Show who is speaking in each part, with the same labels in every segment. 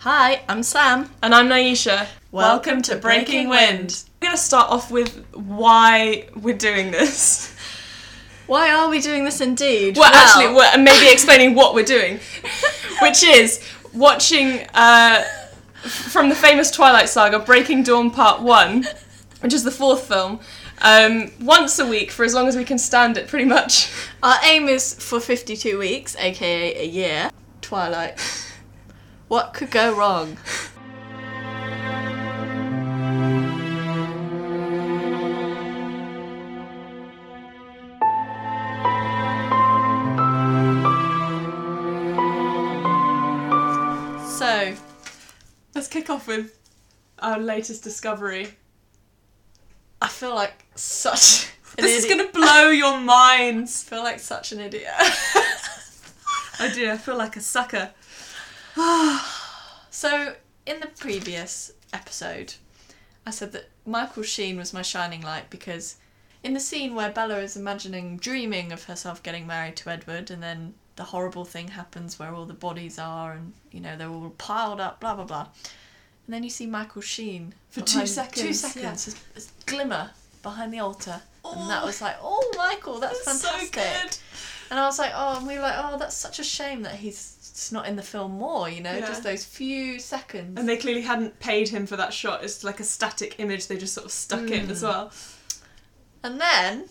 Speaker 1: Hi, I'm Sam.
Speaker 2: And I'm Naisha. Welcome, to Breaking Wind. We're going to start off with why we're doing this.
Speaker 1: Why are we doing this indeed?
Speaker 2: Well, actually, we're and maybe explaining what we're doing, which is watching uh, f- from the famous Twilight Saga Breaking Dawn Part 1, which is the fourth film, um, once a week for as long as we can stand it, pretty much.
Speaker 1: our aim is for 52 weeks, aka a year. Twilight. What could go wrong? So,
Speaker 2: Let's kick off with our latest discovery.
Speaker 1: I feel like such. An
Speaker 2: This is
Speaker 1: idiot.
Speaker 2: going to blow your minds.
Speaker 1: feel like such an idiot.
Speaker 2: Oh dear, I feel like a sucker.
Speaker 1: So, in the previous episode, I said that Michael Sheen was my shining light because in the scene where Bella is imagining, dreaming of herself getting married to Edward, and then the horrible thing happens where all the bodies are and, you know, they're all piled up, blah, blah, blah. And then you see Michael Sheen
Speaker 2: For two
Speaker 1: behind- Two
Speaker 2: seconds,
Speaker 1: seconds, as- as glimmer behind the altar.
Speaker 2: Oh.
Speaker 1: and that was like, oh, Michael, that's, fantastic. And I was like, oh, and we were like, oh, that's such a shame that he's just not in the film more, you know,
Speaker 2: Yeah.
Speaker 1: just those few seconds.
Speaker 2: And they clearly hadn't paid him for that shot. It's like a static image they just sort of stuck in as well.
Speaker 1: And then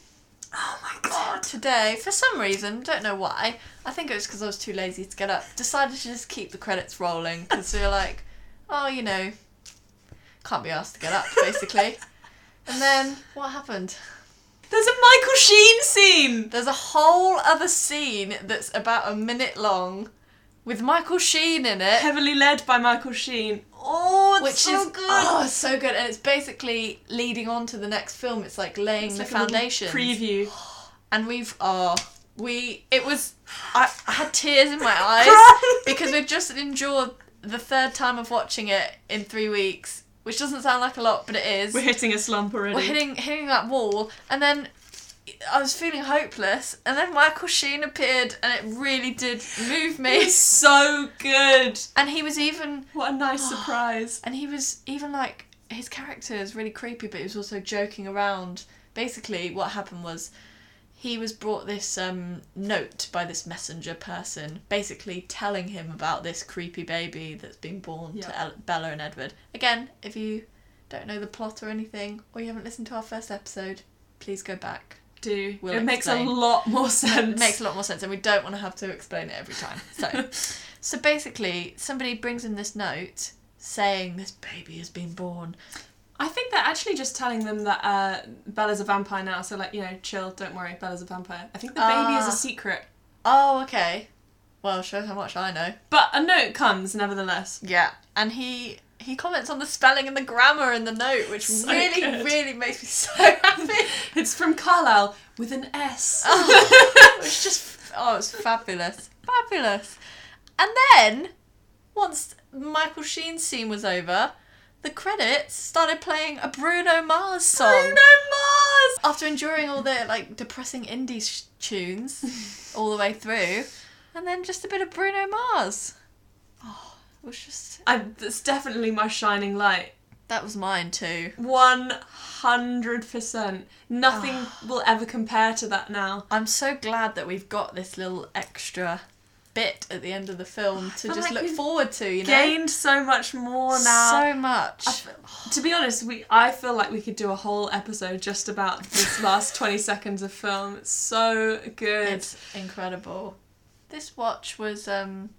Speaker 2: Oh my
Speaker 1: oh, today, for some reason, don't know why, I think it was because I was too lazy to get up, decided to just keep the credits rolling because we were like, oh, you know, can't be asked to get up, basically. and then what happened?
Speaker 2: There's a Michael Sheen scene!
Speaker 1: There's a whole other scene that's about a minute long with Michael Sheen in it.
Speaker 2: Heavily led by Michael Sheen. Oh, it's
Speaker 1: which
Speaker 2: so
Speaker 1: is
Speaker 2: good!
Speaker 1: oh it's so good and it's basically leading on to the next film it's like laying
Speaker 2: It's
Speaker 1: the
Speaker 2: like a little
Speaker 1: foundation
Speaker 2: Preview.
Speaker 1: and we've oh we it was I, I had tears in my eyes
Speaker 2: Cry.
Speaker 1: because we've just endured the third time of watching it in three weeks which doesn't sound like a lot but it is
Speaker 2: We're hitting a slump already.
Speaker 1: we're hitting hitting that wall and then I was feeling hopeless and then Michael Sheen appeared and it really did move me
Speaker 2: It's so good!
Speaker 1: and he was even
Speaker 2: What a nice surprise.
Speaker 1: And he was even like his character is really creepy, but he was also joking around. Basically, what happened was he was brought this um, note by this messenger person, basically telling him about this creepy baby that's been born
Speaker 2: Yeah.
Speaker 1: to El- Bella and Edward. Again, if you don't know the plot or anything, or you haven't listened to our first episode, please go back.
Speaker 2: Do.
Speaker 1: We'll
Speaker 2: it makes
Speaker 1: explain.
Speaker 2: a lot more sense.
Speaker 1: It makes a lot more sense, and we don't want to have to explain it every time. So, so basically, somebody brings him this note saying this baby has been born.
Speaker 2: I think they're actually just telling them that uh, Bella's a vampire now, so like, you know, chill, don't worry, Bella's a vampire. I think the baby is
Speaker 1: Ah.
Speaker 2: a secret.
Speaker 1: Oh, okay. Well, shows how much I know.
Speaker 2: But a note comes, nevertheless.
Speaker 1: Yeah. And he he comments on the spelling and the grammar in the note, which
Speaker 2: So
Speaker 1: really,
Speaker 2: good.
Speaker 1: really makes me so happy.
Speaker 2: It's from Carlisle with an S.
Speaker 1: oh, it was just oh, it's fabulous, fabulous. And then once Michael Sheen's scene was over, the credits started playing a Bruno Mars song.
Speaker 2: Bruno Mars!
Speaker 1: After enduring all the like depressing indie sh- tunes all the way through, and then just a bit of Bruno Mars. Oh, it was just
Speaker 2: I, that's definitely my shining light.
Speaker 1: That was mine too.
Speaker 2: 100%. Nothing
Speaker 1: Ah.
Speaker 2: will ever compare to that now.
Speaker 1: I'm so glad that we've got this little extra bit at the end of the film to
Speaker 2: feel
Speaker 1: just
Speaker 2: like
Speaker 1: look
Speaker 2: we've
Speaker 1: forward to, you know?
Speaker 2: Gained so much more now.
Speaker 1: So much.
Speaker 2: I f- to be honest, we I feel like we could do a whole episode just about this last 20 seconds of film. It's so good.
Speaker 1: It's incredible. This watch was um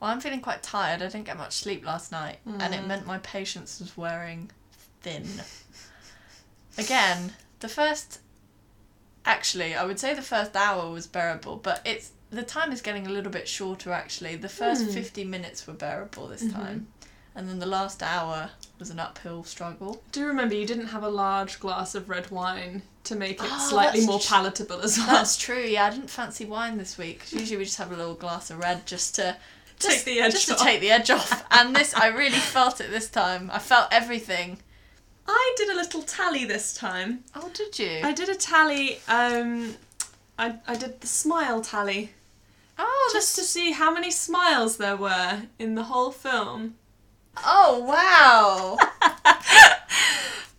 Speaker 1: well I'm feeling quite tired. I didn't get much sleep last night and it meant my patience was wearing thin. Again, the first actually, I would say the first hour was bearable, but it's the time is getting a little bit shorter actually. The first
Speaker 2: Hmm.
Speaker 1: 50 minutes were bearable this time. And then the last hour was an uphill struggle.
Speaker 2: do remember you didn't have a large glass of red wine to make it
Speaker 1: Oh,
Speaker 2: slightly
Speaker 1: that's
Speaker 2: more
Speaker 1: tr-
Speaker 2: palatable as well.
Speaker 1: That's true. Yeah, I didn't fancy wine this week. 'cause usually we just have a little glass of red just to
Speaker 2: Take
Speaker 1: just-
Speaker 2: the edge
Speaker 1: just
Speaker 2: off.
Speaker 1: to take the edge off. And this, I really felt it this time. I felt everything.
Speaker 2: I did a little tally this time.
Speaker 1: Oh, did you?
Speaker 2: I did a tally. Um, I, I did the smile tally
Speaker 1: oh,
Speaker 2: just to see how many smiles there were in the whole film.
Speaker 3: Oh wow!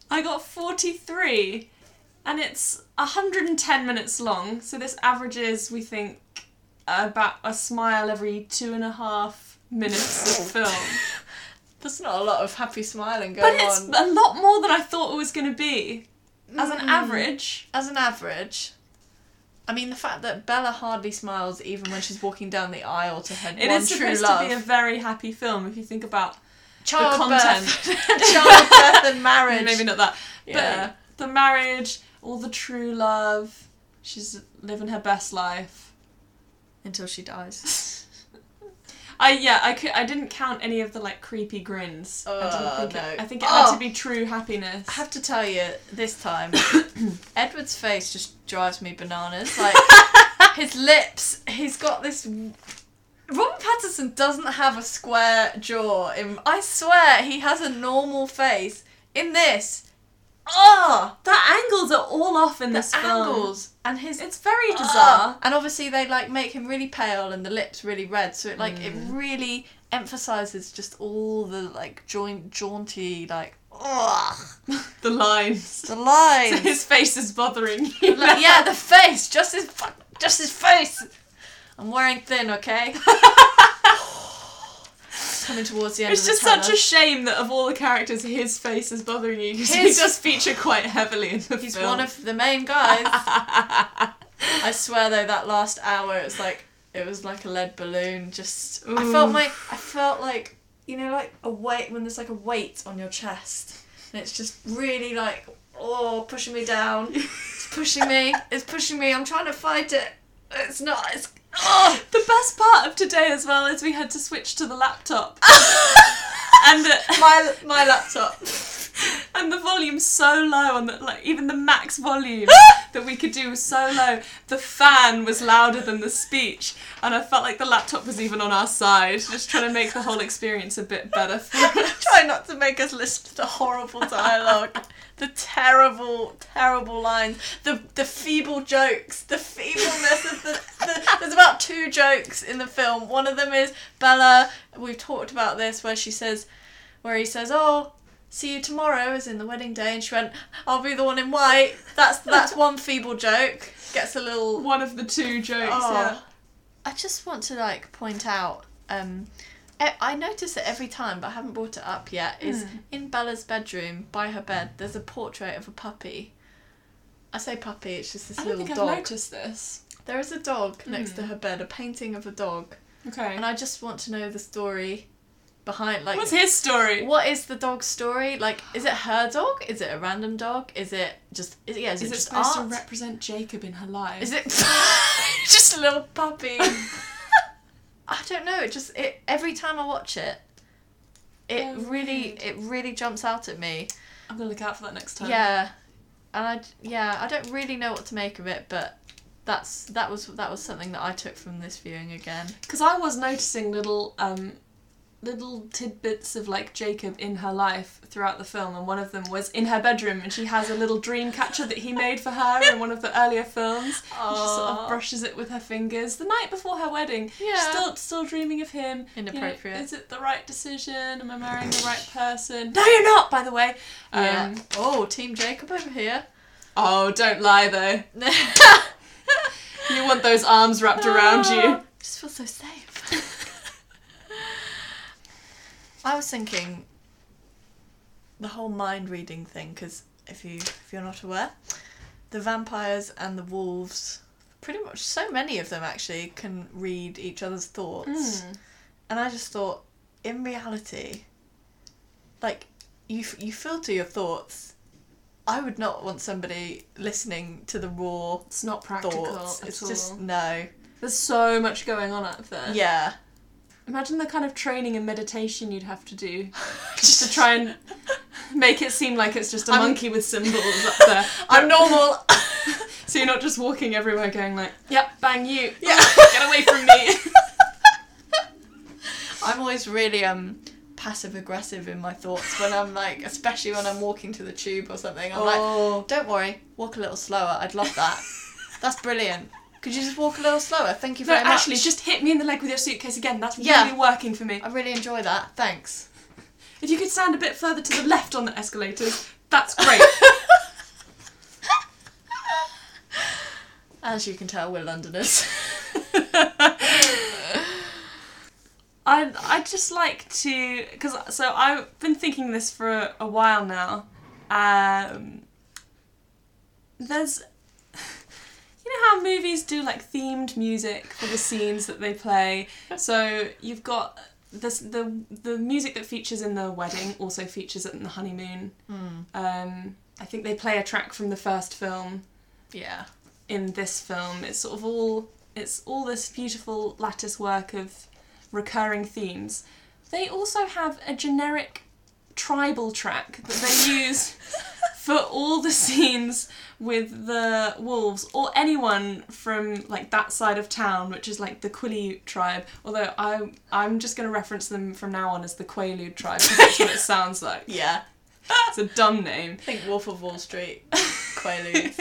Speaker 2: I got 43, and it's 110 minutes long. So this averages, we think, about a smile every two and a half minutes
Speaker 1: Oh,
Speaker 2: of film.
Speaker 1: There's not a lot of happy smiling
Speaker 2: But
Speaker 1: going
Speaker 2: it's
Speaker 1: on. Mm.
Speaker 2: a lot more than I thought it was going to be. As an average,
Speaker 1: As an average, I mean, the fact that Bella hardly smiles even when she's walking down the aisle to her
Speaker 2: it
Speaker 1: one
Speaker 2: is
Speaker 1: true
Speaker 2: supposed
Speaker 1: love.
Speaker 2: to be a very happy film if you think about
Speaker 1: Childbirth.
Speaker 2: content.
Speaker 1: Childbirth and marriage.
Speaker 2: maybe not that.
Speaker 1: Yeah.
Speaker 2: But the marriage, all the true love, she's living her best life.
Speaker 1: Until she dies.
Speaker 2: I yeah, I could, I didn't count any of the like creepy grins. I
Speaker 1: Oh,
Speaker 2: didn't think it,
Speaker 1: no.
Speaker 2: I think it had
Speaker 1: Oh.
Speaker 2: to be true happiness.
Speaker 1: I have to tell you, this time, Edward's face just drives me bananas. Like, his lips, he's got this. Robert Patterson doesn't have a square jaw. In, I swear, he has a normal face. In this, ah,
Speaker 2: the angles are all off in
Speaker 1: the
Speaker 2: this film.
Speaker 1: angles and his
Speaker 2: It's very
Speaker 1: Ah.
Speaker 2: bizarre.
Speaker 1: And obviously, they like make him really pale and the lips really red, so it like it
Speaker 2: Mm.
Speaker 1: really emphasizes just all the like joint jaunty like ugh,
Speaker 2: The lines.
Speaker 1: the lines.
Speaker 2: His face is bothering you.
Speaker 1: Like, yeah, the face, just his fuck, just his face. I'm wearing thin, okay. Coming towards the end.
Speaker 2: It's
Speaker 1: of the
Speaker 2: just such
Speaker 1: tunnel.
Speaker 2: a shame that of all the characters, his face is bothering you because he
Speaker 1: His-
Speaker 2: does feature quite heavily in the
Speaker 1: He's
Speaker 2: film.
Speaker 1: one of the main guys. I swear though, that last hour it was like it was like a lead balloon. Just I felt my I felt like you know like a weight when there's like a weight on your chest and it's just really like oh pushing me down. It's pushing me. It's pushing me. I'm trying to fight it. It's not. It's oh.
Speaker 2: The best part of today as well is we had to switch to the laptop. and the,
Speaker 1: my my laptop.
Speaker 2: and the volume's so low on the like even the max volume that we could do was so low. The fan was louder than the speech and I felt like the laptop was even on our side, just trying to make the whole experience a bit better for us.
Speaker 1: Try not to make us listen to the horrible dialogue, the terrible, terrible lines, the the feeble jokes, the feebleness of the, the. There's about two jokes in the film. One of them is Bella. We've talked about this, where she says, where he says, "Oh, see you tomorrow," as in the wedding day, and she went, "I'll be the one in white." That's that's one feeble joke. Gets a little
Speaker 2: One of the two jokes,
Speaker 1: Oh.
Speaker 2: yeah.
Speaker 1: I just want to like point out. Um, I I notice it every time, but I haven't brought it up yet. Is
Speaker 2: Hmm.
Speaker 1: in Bella's bedroom by her bed. There's a portrait of a puppy. I say puppy. It's just this
Speaker 2: I don't
Speaker 1: little
Speaker 2: think I've
Speaker 1: dog.
Speaker 2: noticed Hmm. this.
Speaker 1: There is a dog next to her bed. A painting of a dog,
Speaker 2: Okay.
Speaker 1: and I just want to know the story behind. Like,
Speaker 2: What's his story?
Speaker 1: what is the dog's story? Like, is it her dog? Is it a random dog? Is it just? Is it, yeah? Is, it,
Speaker 2: Is it
Speaker 1: just
Speaker 2: supposed to
Speaker 1: art?
Speaker 2: represent Jacob in her life?
Speaker 1: Is it just a little puppy? I don't know. It just it every time I watch it, it
Speaker 2: Oh,
Speaker 1: really
Speaker 2: weird.
Speaker 1: it really jumps out at me.
Speaker 2: I'm gonna look out for that next time.
Speaker 1: Yeah, and I d- yeah I don't really know what to make of it, but that's that was that was something that I took from this viewing again.
Speaker 2: Because I was noticing little um, little tidbits of like Jacob in her life throughout the film, and one of them was in her bedroom, and she has a little dream catcher that he made for her in one of the earlier films. And she sort of
Speaker 1: Aw.
Speaker 2: brushes it with her fingers the night before her wedding. She's
Speaker 1: Yeah.
Speaker 2: still still dreaming of him. You know,
Speaker 1: Inappropriate.
Speaker 2: is it the right decision? Am I marrying the right person? No, you're not. By the way. Um,
Speaker 1: yeah. Oh, Team Jacob over here.
Speaker 2: Oh, don't lie though. You want those arms wrapped around you.
Speaker 1: Ah, Just feel so safe. I was thinking the whole mind reading thing because if you if you're not aware, the vampires and the wolves, pretty much so many of them actually can read each other's thoughts, and I just thought in reality, like you f- you filter your thoughts. I would not want somebody listening to the raw
Speaker 2: It's not practical
Speaker 1: thoughts.
Speaker 2: at
Speaker 1: It's
Speaker 2: all.
Speaker 1: just no.
Speaker 2: There's so much going on up there.
Speaker 1: Yeah.
Speaker 2: Imagine the kind of training and meditation you'd have to do just to try and make it seem like it's just a
Speaker 1: I'm-
Speaker 2: monkey with symbols up there.
Speaker 1: I'm normal.
Speaker 2: So you're not just walking everywhere going like, yep, bang you,
Speaker 1: yeah.
Speaker 2: get away from me.
Speaker 1: I'm always really um passive aggressive in my thoughts when I'm like, especially when I'm walking to the tube or something. I'm
Speaker 2: Oh.
Speaker 1: like, don't worry, walk a little slower. I'd love that. That's brilliant. Could you just walk a little slower? Thank you
Speaker 2: No,
Speaker 1: very much.
Speaker 2: actually, just hit me in the leg with your suitcase again. That's
Speaker 1: Yeah.
Speaker 2: really working for me.
Speaker 1: I really enjoy that. Thanks.
Speaker 2: If you could stand a bit further to the left on the escalators, that's great.
Speaker 1: As you can tell, we're Londoners.
Speaker 2: I I just like to because so I've been thinking this for a, a while now. Um, there's you know how movies do like themed music for the scenes that they play. So you've got this the the music that features in the wedding also features in the honeymoon. Um, I think they play a track from the first film
Speaker 1: yeah.
Speaker 2: in this film. It's sort of all it's all this beautiful lattice work of recurring themes. They also have a generic tribal track that they use for all the scenes with the wolves or anyone from like that side of town, which is like the Quileute tribe. Although I I'm just going to reference them from now on as the Quaalude tribe because that's what it sounds like.
Speaker 1: Yeah.
Speaker 2: It's a dumb name.
Speaker 1: I think Wolf of Wall Street, Quaalude.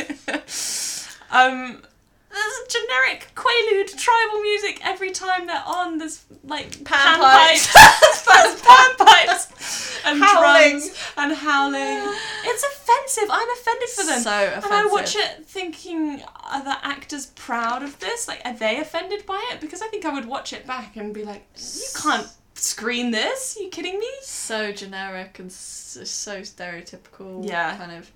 Speaker 2: um, there's generic Quaalude tribal music every time they're on. There's like
Speaker 1: Pan
Speaker 2: panpipes, there's panpipes, and
Speaker 1: Howling.
Speaker 2: drums and howling. It's offensive. I'm offended for them.
Speaker 1: So
Speaker 2: And I watch
Speaker 1: offensive.
Speaker 2: it thinking, are the actors proud of this? Like, are they offended by it? Because I think I would watch it back and be like, you can't screen this. Are you kidding me?
Speaker 1: so generic and so, so stereotypical.
Speaker 2: Yeah.
Speaker 1: Kind of.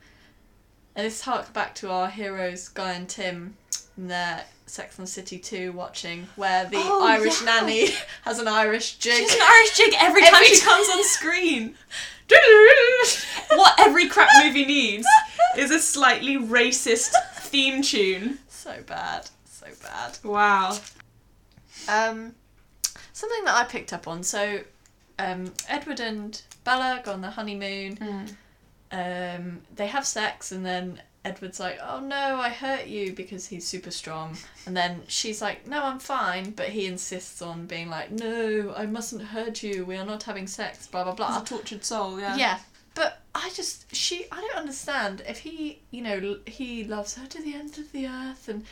Speaker 1: And this harked back to our heroes, Guy and Tim, in their Sex and the City 2 watching, where the
Speaker 2: Oh,
Speaker 1: Irish
Speaker 2: yeah.
Speaker 1: nanny has an Irish jig.
Speaker 2: She's an Irish jig every time
Speaker 1: Every
Speaker 2: she
Speaker 1: time.
Speaker 2: comes on screen. what every crap movie needs is a slightly racist theme tune.
Speaker 1: so bad. So bad.
Speaker 2: Wow.
Speaker 1: Um, something that I picked up on. So, um, Edward and Bella go on the honeymoon.
Speaker 2: Mm.
Speaker 1: Um, they have sex, and then Edward's like, "Oh no, I hurt you," because he's super strong. And then she's like, "No, I'm fine," but he insists on being like, "No, I mustn't hurt you. We are not having sex." Blah blah blah.
Speaker 2: a tortured soul, yeah.
Speaker 1: Yeah. But I just she I don't understand if he you know l- he loves her to the end of the earth and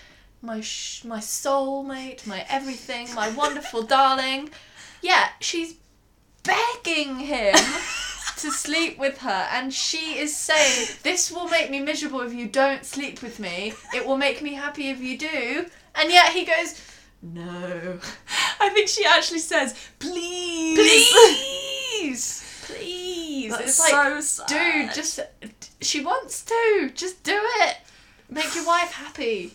Speaker 1: my sh- my soulmate my everything my wonderful darling yeah she's begging him to sleep with her and she is saying this will make me miserable if you don't sleep with me it will make me happy if you do and yet he goes no
Speaker 2: I think she actually says, please.
Speaker 1: please please
Speaker 2: That's
Speaker 1: it's like
Speaker 2: so sad.
Speaker 1: Dude, just she wants to. Just do it. Make your wife happy.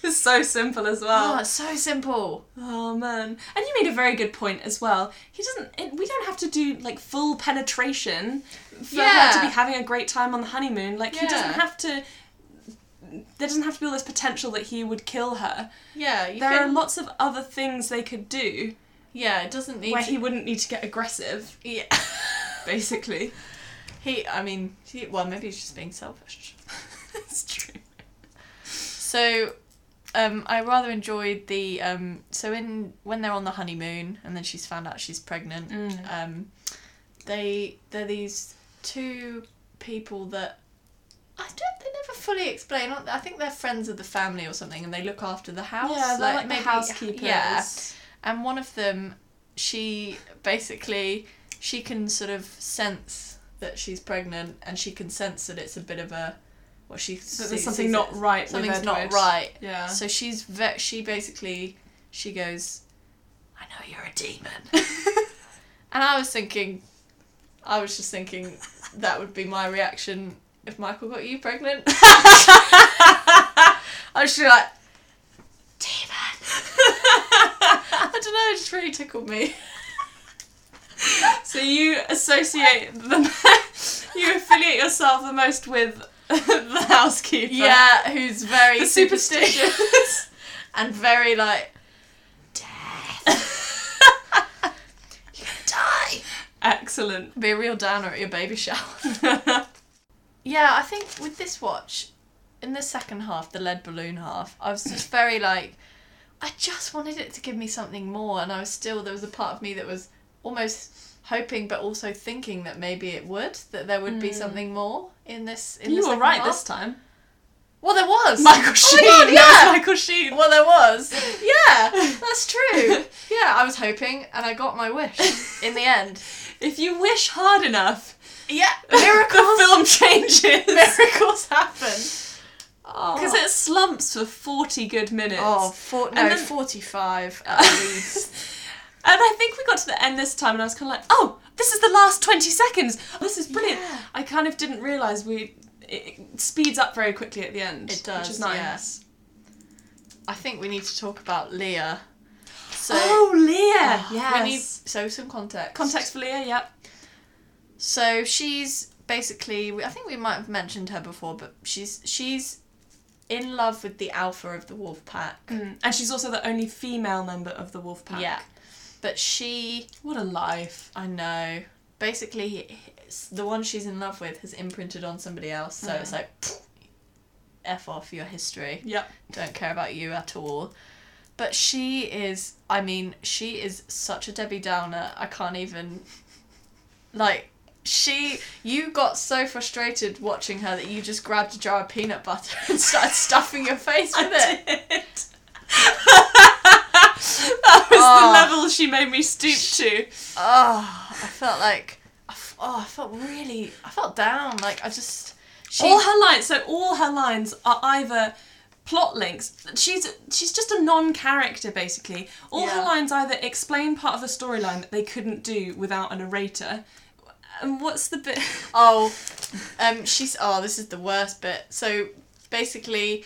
Speaker 2: It's so simple as well.
Speaker 1: Oh, it's so simple.
Speaker 2: Oh man. And you made a very good point as well. He doesn't it, we don't have to do like full penetration for her
Speaker 1: Yeah.
Speaker 2: to be having a great time on the honeymoon. Like he doesn't
Speaker 1: Yeah.
Speaker 2: have to there doesn't have to be all this potential that he would kill her.
Speaker 1: Yeah, you
Speaker 2: there
Speaker 1: can.
Speaker 2: are lots of other things they could do
Speaker 1: yeah, it doesn't need.
Speaker 2: where
Speaker 1: to,
Speaker 2: he wouldn't need to get aggressive,
Speaker 1: yeah.
Speaker 2: basically.
Speaker 1: he. I mean, he, well, maybe he's just being selfish.
Speaker 2: That's true.
Speaker 1: So, um, I rather enjoyed the um. So in when they're on the honeymoon and then she's found out she's pregnant.
Speaker 2: Mm.
Speaker 1: Um, they they're these two people that I don't. They never fully explain. aren't they? I think they're friends of the family or something, and they look after the house.
Speaker 2: Yeah, they're like, the
Speaker 1: maybe-
Speaker 2: housekeepers.
Speaker 1: Yeah, and one of them, she basically she can sort of sense that she's pregnant, and she can sense that it's a bit of a. Well, she
Speaker 2: But
Speaker 1: sees-
Speaker 2: there's something
Speaker 1: sees
Speaker 2: not
Speaker 1: it.
Speaker 2: right
Speaker 1: Something's
Speaker 2: with
Speaker 1: not
Speaker 2: Edward.
Speaker 1: right.
Speaker 2: Yeah.
Speaker 1: So she's ve- she basically she goes, I know you're a demon. and I was thinking, I was just thinking that would be my reaction if Michael got you pregnant. I was just like, demon. I don't know. It just really tickled me.
Speaker 2: So you associate the you affiliate yourself the most with the housekeeper.
Speaker 1: Yeah, who's very
Speaker 2: The
Speaker 1: superstitious and very like die.
Speaker 2: Excellent.
Speaker 1: Be a real downer at your baby shower. Yeah, I think with this watch, in the second half, the lead balloon half, I was just very like, I just wanted it to give me something more, and I was still there was a part of me that was almost hoping, but also thinking that maybe it would, that there would be something more in this. In the
Speaker 2: you were
Speaker 1: second
Speaker 2: right
Speaker 1: half.
Speaker 2: this time.
Speaker 1: Well, there was
Speaker 2: Michael Sheen.
Speaker 1: Oh my God,
Speaker 2: yes,
Speaker 1: yeah.
Speaker 2: Michael Sheen.
Speaker 1: Well, there was. Yeah, that's true. Yeah, I was hoping, and I got my wish in the end.
Speaker 2: if you wish hard enough,
Speaker 1: Yeah,
Speaker 2: the
Speaker 1: miracles.
Speaker 2: film changes.
Speaker 1: miracles happen.
Speaker 2: Because it slumps for 40 good minutes.
Speaker 1: Oh, four, no,
Speaker 2: And then-
Speaker 1: 45 at least.
Speaker 2: And I think we got to the end this time, and I was kind of like, oh, this is the last 20 seconds. This is brilliant.
Speaker 1: Yeah.
Speaker 2: I kind of didn't realise we. It it speeds up very quickly at the end.
Speaker 1: It does,
Speaker 2: Which is nice.
Speaker 1: yeah. I think we need to talk about Leah. So,
Speaker 2: oh, Leah!
Speaker 1: We need, so, some context.
Speaker 2: uh, Context for Leah, yep.
Speaker 1: So, she's basically, we- I think we might have mentioned her before, but she's she's in love with the alpha of the wolf pack.
Speaker 2: And she's also the only female member of the wolf pack.
Speaker 1: Yeah. But she,
Speaker 2: What a life.
Speaker 1: I know, basically, he- it's the one she's in love with has imprinted on somebody else, so it's like, F off your history.
Speaker 2: Yep.
Speaker 1: don't care about you at all. But she is, I mean, she is such a Debbie Downer. I can't even. Like, she. You got so frustrated watching her that you just grabbed a jar of peanut butter and started stuffing your face with it.
Speaker 2: did. that was
Speaker 1: Oh.
Speaker 2: the level she made me stoop to.
Speaker 1: Oh, I felt like. I f- Oh, I felt really. I felt down. Like, I just. She,
Speaker 2: all her lines, so all her lines are either plot links. She's she's just a non-character basically. All her
Speaker 1: Yeah.
Speaker 2: lines either explain part of the storyline that they couldn't do without a narrator. And what's the bit?
Speaker 1: Oh, um, she's. Oh, this is the worst bit. So basically,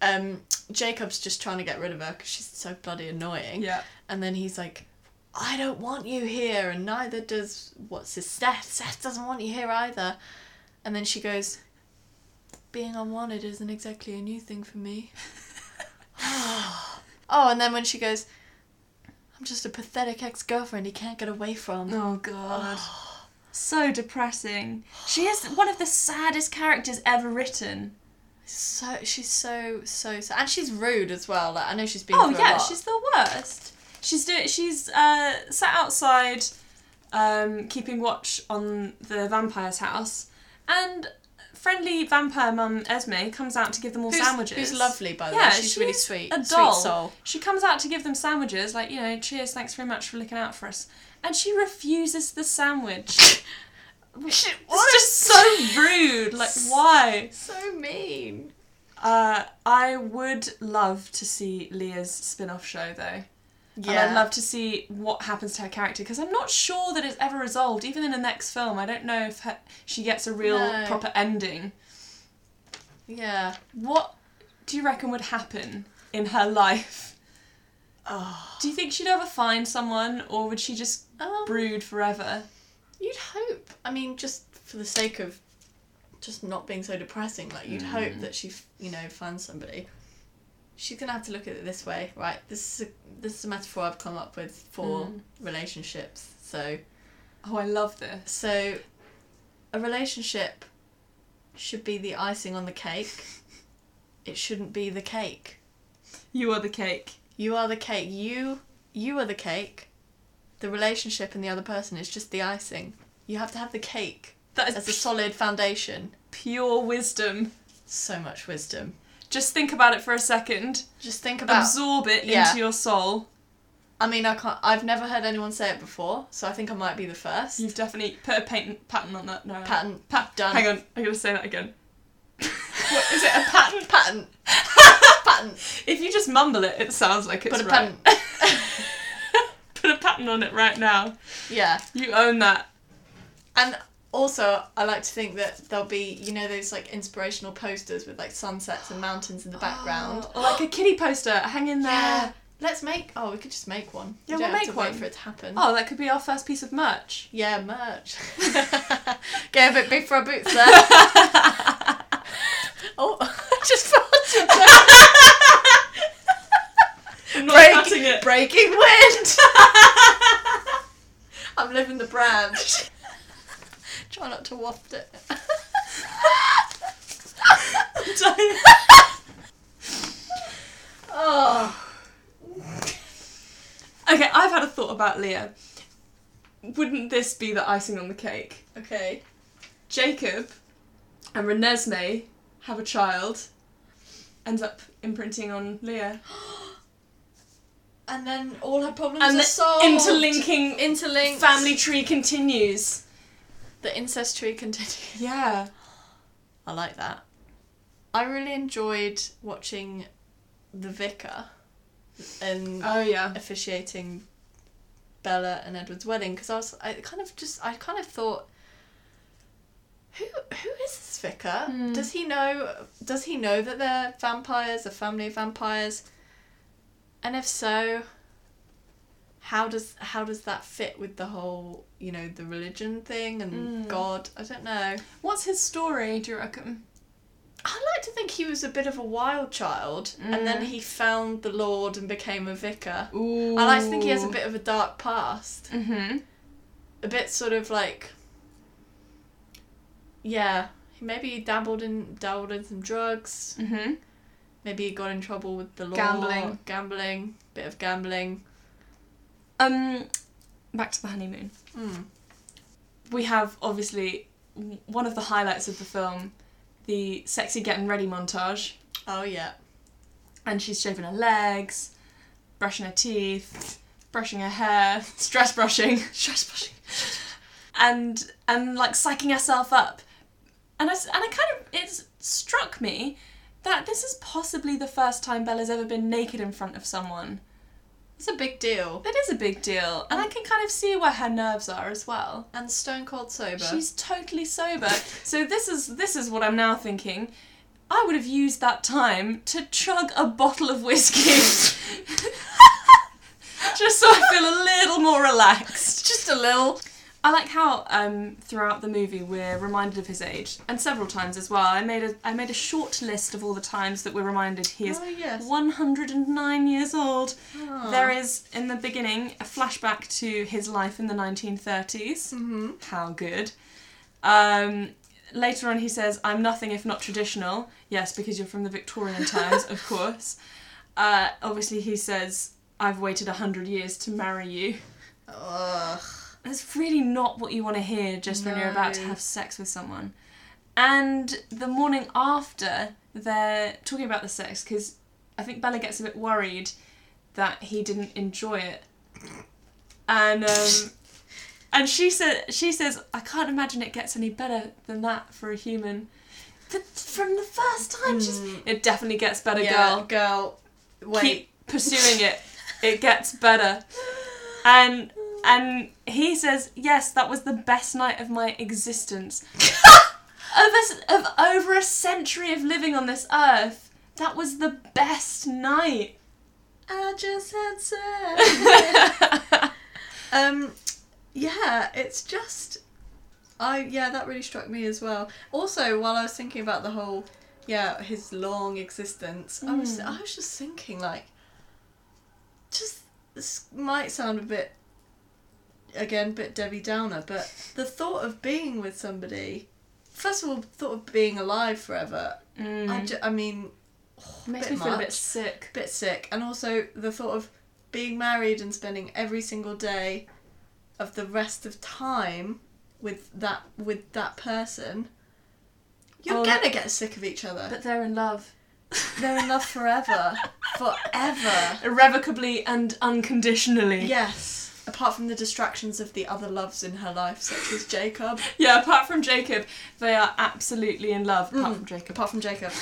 Speaker 1: um, Jacob's just trying to get rid of her because she's so bloody annoying.
Speaker 2: Yeah.
Speaker 1: And then he's like, I don't want you here, and neither does what's his Seth. Seth doesn't want you here either. And then she goes, Being unwanted isn't exactly a new thing for me. oh, and then when she goes, I'm just a pathetic ex girlfriend he can't get away from.
Speaker 2: Oh god. So depressing. She is one of the saddest characters ever written.
Speaker 1: So she's so so sad, and she's rude as well. Like I know she's been.
Speaker 2: Oh
Speaker 1: through a
Speaker 2: yeah,
Speaker 1: lot.
Speaker 2: she's the worst. She's doing. She's uh, sat outside, um, keeping watch on the vampire's house, and friendly vampire mum Esme comes out to give them all
Speaker 1: who's,
Speaker 2: sandwiches.
Speaker 1: Who's lovely by the
Speaker 2: Yeah,
Speaker 1: way. She's, really
Speaker 2: she's
Speaker 1: sweet.
Speaker 2: a doll.
Speaker 1: Sweet soul.
Speaker 2: She comes out to give them sandwiches, like you know, cheers, thanks very much for looking out for us, and she refuses the sandwich. It's just so rude. Like why?
Speaker 1: so mean.
Speaker 2: Uh, I would love to see Leah's spin-off show though. And I'd love to see what happens to her character because I'm not sure that it's ever resolved. Even in the next film, I don't know if her, she gets a real
Speaker 1: No.
Speaker 2: proper ending.
Speaker 1: yeah.
Speaker 2: What do you reckon would happen in her life?
Speaker 1: Oh.
Speaker 2: Do you think she'd ever find someone or would she just
Speaker 1: Um,
Speaker 2: brood forever?
Speaker 1: you'd hope. I mean, just for the sake of just not being so depressing, like you'd hope that she, f- you know, finds somebody. She's gonna have to look at it this way, right? This is a, this is a metaphor I've come up with for relationships. So
Speaker 2: Oh, I love this.
Speaker 1: So, a relationship should be the icing on the cake. It shouldn't be the cake.
Speaker 2: You are the cake.
Speaker 1: You are the cake. You you are the cake. The relationship and the other person is just the icing. You have to have the cake
Speaker 2: That is
Speaker 1: as a solid foundation.
Speaker 2: pure wisdom.
Speaker 1: So much wisdom.
Speaker 2: Just think about it for a second.
Speaker 1: Just think about.
Speaker 2: Absorb it
Speaker 1: yeah.
Speaker 2: into your soul.
Speaker 1: I mean, I can't. I've never heard anyone say it before, so I think I might be the first.
Speaker 2: You've definitely put a patent pattern on that. No,
Speaker 1: Pattern.
Speaker 2: Pa-
Speaker 1: Done.
Speaker 2: Hang on, I'm gonna say that again.
Speaker 1: What is it? A pattern? Pattern. pattern.
Speaker 2: If you just mumble it, it sounds like it's
Speaker 1: Put a
Speaker 2: right.
Speaker 1: pattern.
Speaker 2: Put a pattern on it right now.
Speaker 1: Yeah.
Speaker 2: You own that.
Speaker 1: And also, I like to think that there'll be, you know, those like inspirational posters with like sunsets and mountains in the background.
Speaker 2: Or Oh, like a kiddie poster hanging there.
Speaker 1: yeah. Let's make. Oh, we could just make one.
Speaker 2: Yeah,
Speaker 1: we
Speaker 2: we'll
Speaker 1: don't have
Speaker 2: make
Speaker 1: to
Speaker 2: one.
Speaker 1: Wait for it to happen.
Speaker 2: Oh, that could be our first piece of merch.
Speaker 1: Yeah, merch. Get a bit big for our boots there. oh, just farted.
Speaker 2: I'm
Speaker 1: Break-
Speaker 2: cutting it.
Speaker 1: Breaking wind. I'm living the brand. Try not to waft it. oh.
Speaker 2: okay, I've had a thought about Leah. Wouldn't this be the icing on the cake?
Speaker 1: Okay.
Speaker 2: Jacob and Renesmee have a child, ends up imprinting on Leah.
Speaker 1: and then all her problems
Speaker 2: and
Speaker 1: are
Speaker 2: the
Speaker 1: solved.
Speaker 2: interlinking
Speaker 1: interlinked
Speaker 2: family tree continues.
Speaker 1: The incest tree continues.
Speaker 2: Yeah.
Speaker 1: I like that. I really enjoyed watching the vicar and
Speaker 2: Oh yeah.
Speaker 1: officiating Bella and Edward's wedding because I was I kind of just I kind of thought who who is this vicar?
Speaker 2: Hmm.
Speaker 1: Does he know does he know that they're vampires, a family of vampires? And if so, how does how does that fit with the whole, you know, the religion thing and
Speaker 2: Mm.
Speaker 1: God? I don't know.
Speaker 2: What's his story? Do you reckon?
Speaker 1: I like to think he was a bit of a wild child and then
Speaker 2: Mm.
Speaker 1: he found the Lord and became a vicar.
Speaker 2: Ooh.
Speaker 1: I like to think he has a bit of a dark past.
Speaker 2: Mm-hmm.
Speaker 1: a bit sort of like yeah maybe he dabbled in dabbled in some drugs
Speaker 2: Mm-hmm.
Speaker 1: maybe he got in trouble with the law
Speaker 2: Gambling.
Speaker 1: gambling bit of gambling
Speaker 2: Um, back to the honeymoon.
Speaker 1: Hmm.
Speaker 2: We have obviously w- one of the highlights of the film, the sexy getting ready montage,
Speaker 1: oh yeah
Speaker 2: and she's shaving her legs, brushing her teeth, brushing her hair, stress brushing, stress brushing, and and like psyching herself up. And I s- and I kind of it struck me that this is possibly the first time Bella's ever been naked in front of someone.
Speaker 1: it's a big deal
Speaker 2: It is a big deal,
Speaker 1: Oh.
Speaker 2: and I can kind of see where her nerves are as well.
Speaker 1: and stone cold sober
Speaker 2: She's totally sober. so this is this is what I'm now thinking. I would have used that time to chug a bottle of whiskey. Just so I feel a little more relaxed.
Speaker 1: just a little
Speaker 2: I like how um, throughout the movie we're reminded of his age, and several times as well. I made a I made a short list of all the times that we're reminded he is
Speaker 1: oh yes
Speaker 2: 109 years old.
Speaker 1: Ah.
Speaker 2: There is, in the beginning, a flashback to his life in the 1930s.
Speaker 1: Mhm.
Speaker 2: How good. Um, later on, he says, I'm nothing if not traditional. Yes, because you're from the Victorian times, of course. Uh, obviously, he says, I've waited 100 years to marry you.
Speaker 1: Ugh.
Speaker 2: That's really not what you want to hear just when you're about to
Speaker 1: No.
Speaker 2: have sex with someone. And the morning after, they're talking about the sex because I think Bella gets a bit worried that he didn't enjoy it. And um, and she said she says I can't imagine it gets any better than that for a human. But from the first time, she's, it definitely gets better,
Speaker 1: Hmm. yeah,
Speaker 2: girl.
Speaker 1: girl wait
Speaker 2: Keep pursuing it. It gets better. And and he says, "Yes, that was the best night of my existence. of, a s of over a century of living on this earth, that was the best night."
Speaker 1: I just had sex. um, yeah, it's just, I yeah, that really struck me as well. Also, while I was thinking about the whole, yeah, his long existence, I was I was just thinking like, just this might sound a bit, again, bit Debbie Downer, but the thought of being with somebody, first of all, the thought of being alive forever.
Speaker 2: Mm. Mm-hmm.
Speaker 1: I, ju- I mean,
Speaker 2: Makes
Speaker 1: bit
Speaker 2: me feel a
Speaker 1: much.
Speaker 2: bit sick.
Speaker 1: bit sick and also the thought of being married and spending every single day of the rest of time with that with that person you're
Speaker 2: Oh,
Speaker 1: gonna get sick of each other
Speaker 2: But they're in love.
Speaker 1: they're in love forever forever
Speaker 2: Irrevocably and unconditionally.
Speaker 1: yes apart from the distractions of the other loves in her life such as jacob
Speaker 2: Yeah, apart from Jacob, they are absolutely in love. Apart
Speaker 1: Mm.
Speaker 2: from Jacob.
Speaker 1: apart from jacob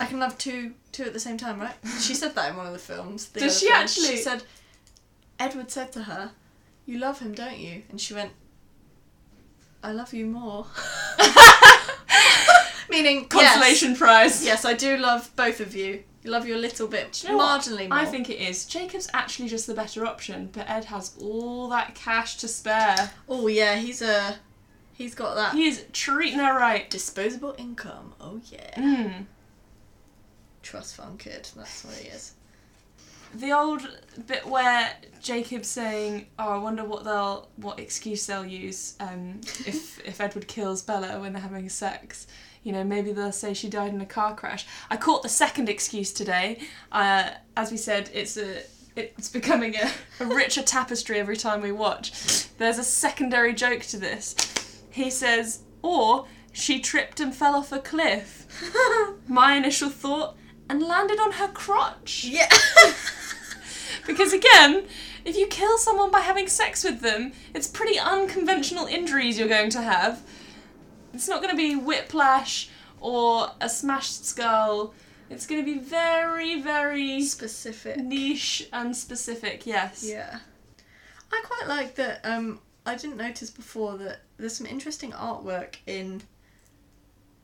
Speaker 1: i can love two two at the same time right she said that in one of the films the
Speaker 2: Does
Speaker 1: other
Speaker 2: she
Speaker 1: film.
Speaker 2: actually?
Speaker 1: she said edward said to her you love him don't you and she went i love you more meaning
Speaker 2: Consolation prize.
Speaker 1: yes, yes i do love both of you you love you a little bit
Speaker 2: Do you know what?
Speaker 1: marginally more
Speaker 2: I think it is. Jacob's actually just the better option, but Ed has all that cash to spare.
Speaker 1: oh yeah he's a he's got that
Speaker 2: He is treating her right.
Speaker 1: disposable income oh yeah
Speaker 2: Mm.
Speaker 1: trust fund kid that's what he is
Speaker 2: The old bit where Jacob's saying, "Oh, I wonder what they'll, what excuse they'll use um, if if Edward kills Bella when they're having sex." You know, maybe they'll say she died in a car crash. I caught the second excuse today. Uh, as we said, it's a it's becoming a, a richer tapestry every time we watch. There's a secondary joke to this. He says, or she tripped and fell off a cliff. My initial thought, and landed on her crotch.
Speaker 1: yeah
Speaker 2: Because again, if you kill someone by having sex with them, it's pretty unconventional injuries you're going to have. It's not going to be whiplash or a smashed skull. It's going to be very, very
Speaker 1: Specific.
Speaker 2: niche and specific, yes.
Speaker 1: Yeah. I quite like that um I didn't notice before that there's some interesting artwork in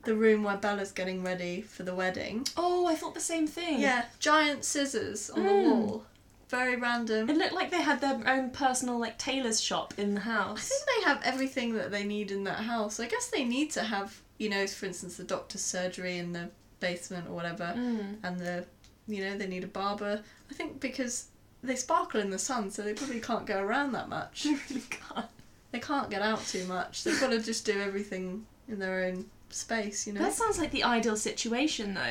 Speaker 1: the room where Bella's getting ready for the wedding.
Speaker 2: Oh, I thought the same thing.
Speaker 1: Yeah, giant scissors on
Speaker 2: Mm.
Speaker 1: the wall. Very
Speaker 2: It
Speaker 1: random.
Speaker 2: looked like they had their own personal like tailor's shop in the
Speaker 1: I
Speaker 2: house.
Speaker 1: think they have everything that they need in that house. I guess they need to have, you know, for instance, the doctor's surgery in the basement or whatever,
Speaker 2: Mm.
Speaker 1: and the, you know, they need a barber. I think because they sparkle in the sun, so they probably can't go around that much.
Speaker 2: They really can't.
Speaker 1: they can't get out too much. They've got to just do everything in their own space, you know.
Speaker 2: That sounds like the ideal situation though.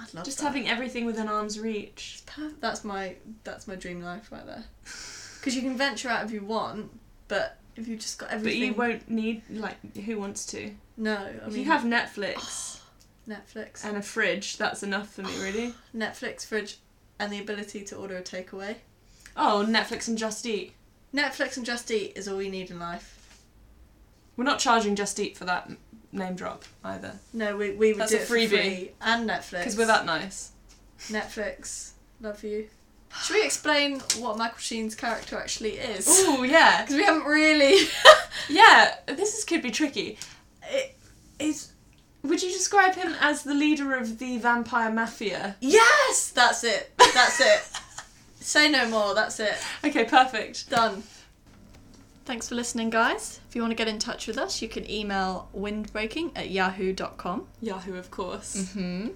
Speaker 1: I'd love
Speaker 2: Just
Speaker 1: that.
Speaker 2: having everything within arm's reach.
Speaker 1: Per- That's my that's my dream life right there. Because you can venture out if you want, but if you just got
Speaker 2: But
Speaker 1: everything,
Speaker 2: you won't need like who wants to?
Speaker 1: No, I
Speaker 2: If
Speaker 1: mean oh,
Speaker 2: you have Um, Netflix
Speaker 1: Netflix,
Speaker 2: and a fridge, that's enough for me really.
Speaker 1: Netflix fridge, and the ability to order a takeaway.
Speaker 2: Oh, Netflix and Just Eat.
Speaker 1: Netflix and Just Eat is all we need in life.
Speaker 2: We're not charging Just Eat for that m- name drop either.
Speaker 1: No, we we would
Speaker 2: That's
Speaker 1: do
Speaker 2: a
Speaker 1: it for
Speaker 2: freebie.
Speaker 1: free and Netflix.
Speaker 2: Because we're that nice.
Speaker 1: Netflix, love you. Should we explain what Michael Sheen's character actually is?
Speaker 2: Ooh, yeah.
Speaker 1: Because we haven't really.
Speaker 2: Yeah, this is, could be tricky.
Speaker 1: it, it's
Speaker 2: Would you describe him as the leader of the vampire mafia?
Speaker 1: yes, that's it. That's it. Say no more. That's it.
Speaker 2: Okay, perfect.
Speaker 1: Done. Thanks for listening, guys. If you want to get in touch with us, you can email windbreaking at yahoo.com.
Speaker 2: Yahoo, of course.
Speaker 1: Mm-hmm.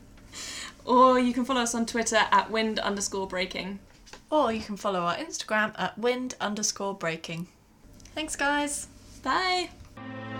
Speaker 2: Or you can follow us on Twitter at wind underscore breaking.
Speaker 1: Or you can follow our Instagram at wind underscore breaking. Thanks, guys.
Speaker 2: Bye.
Speaker 3: Thank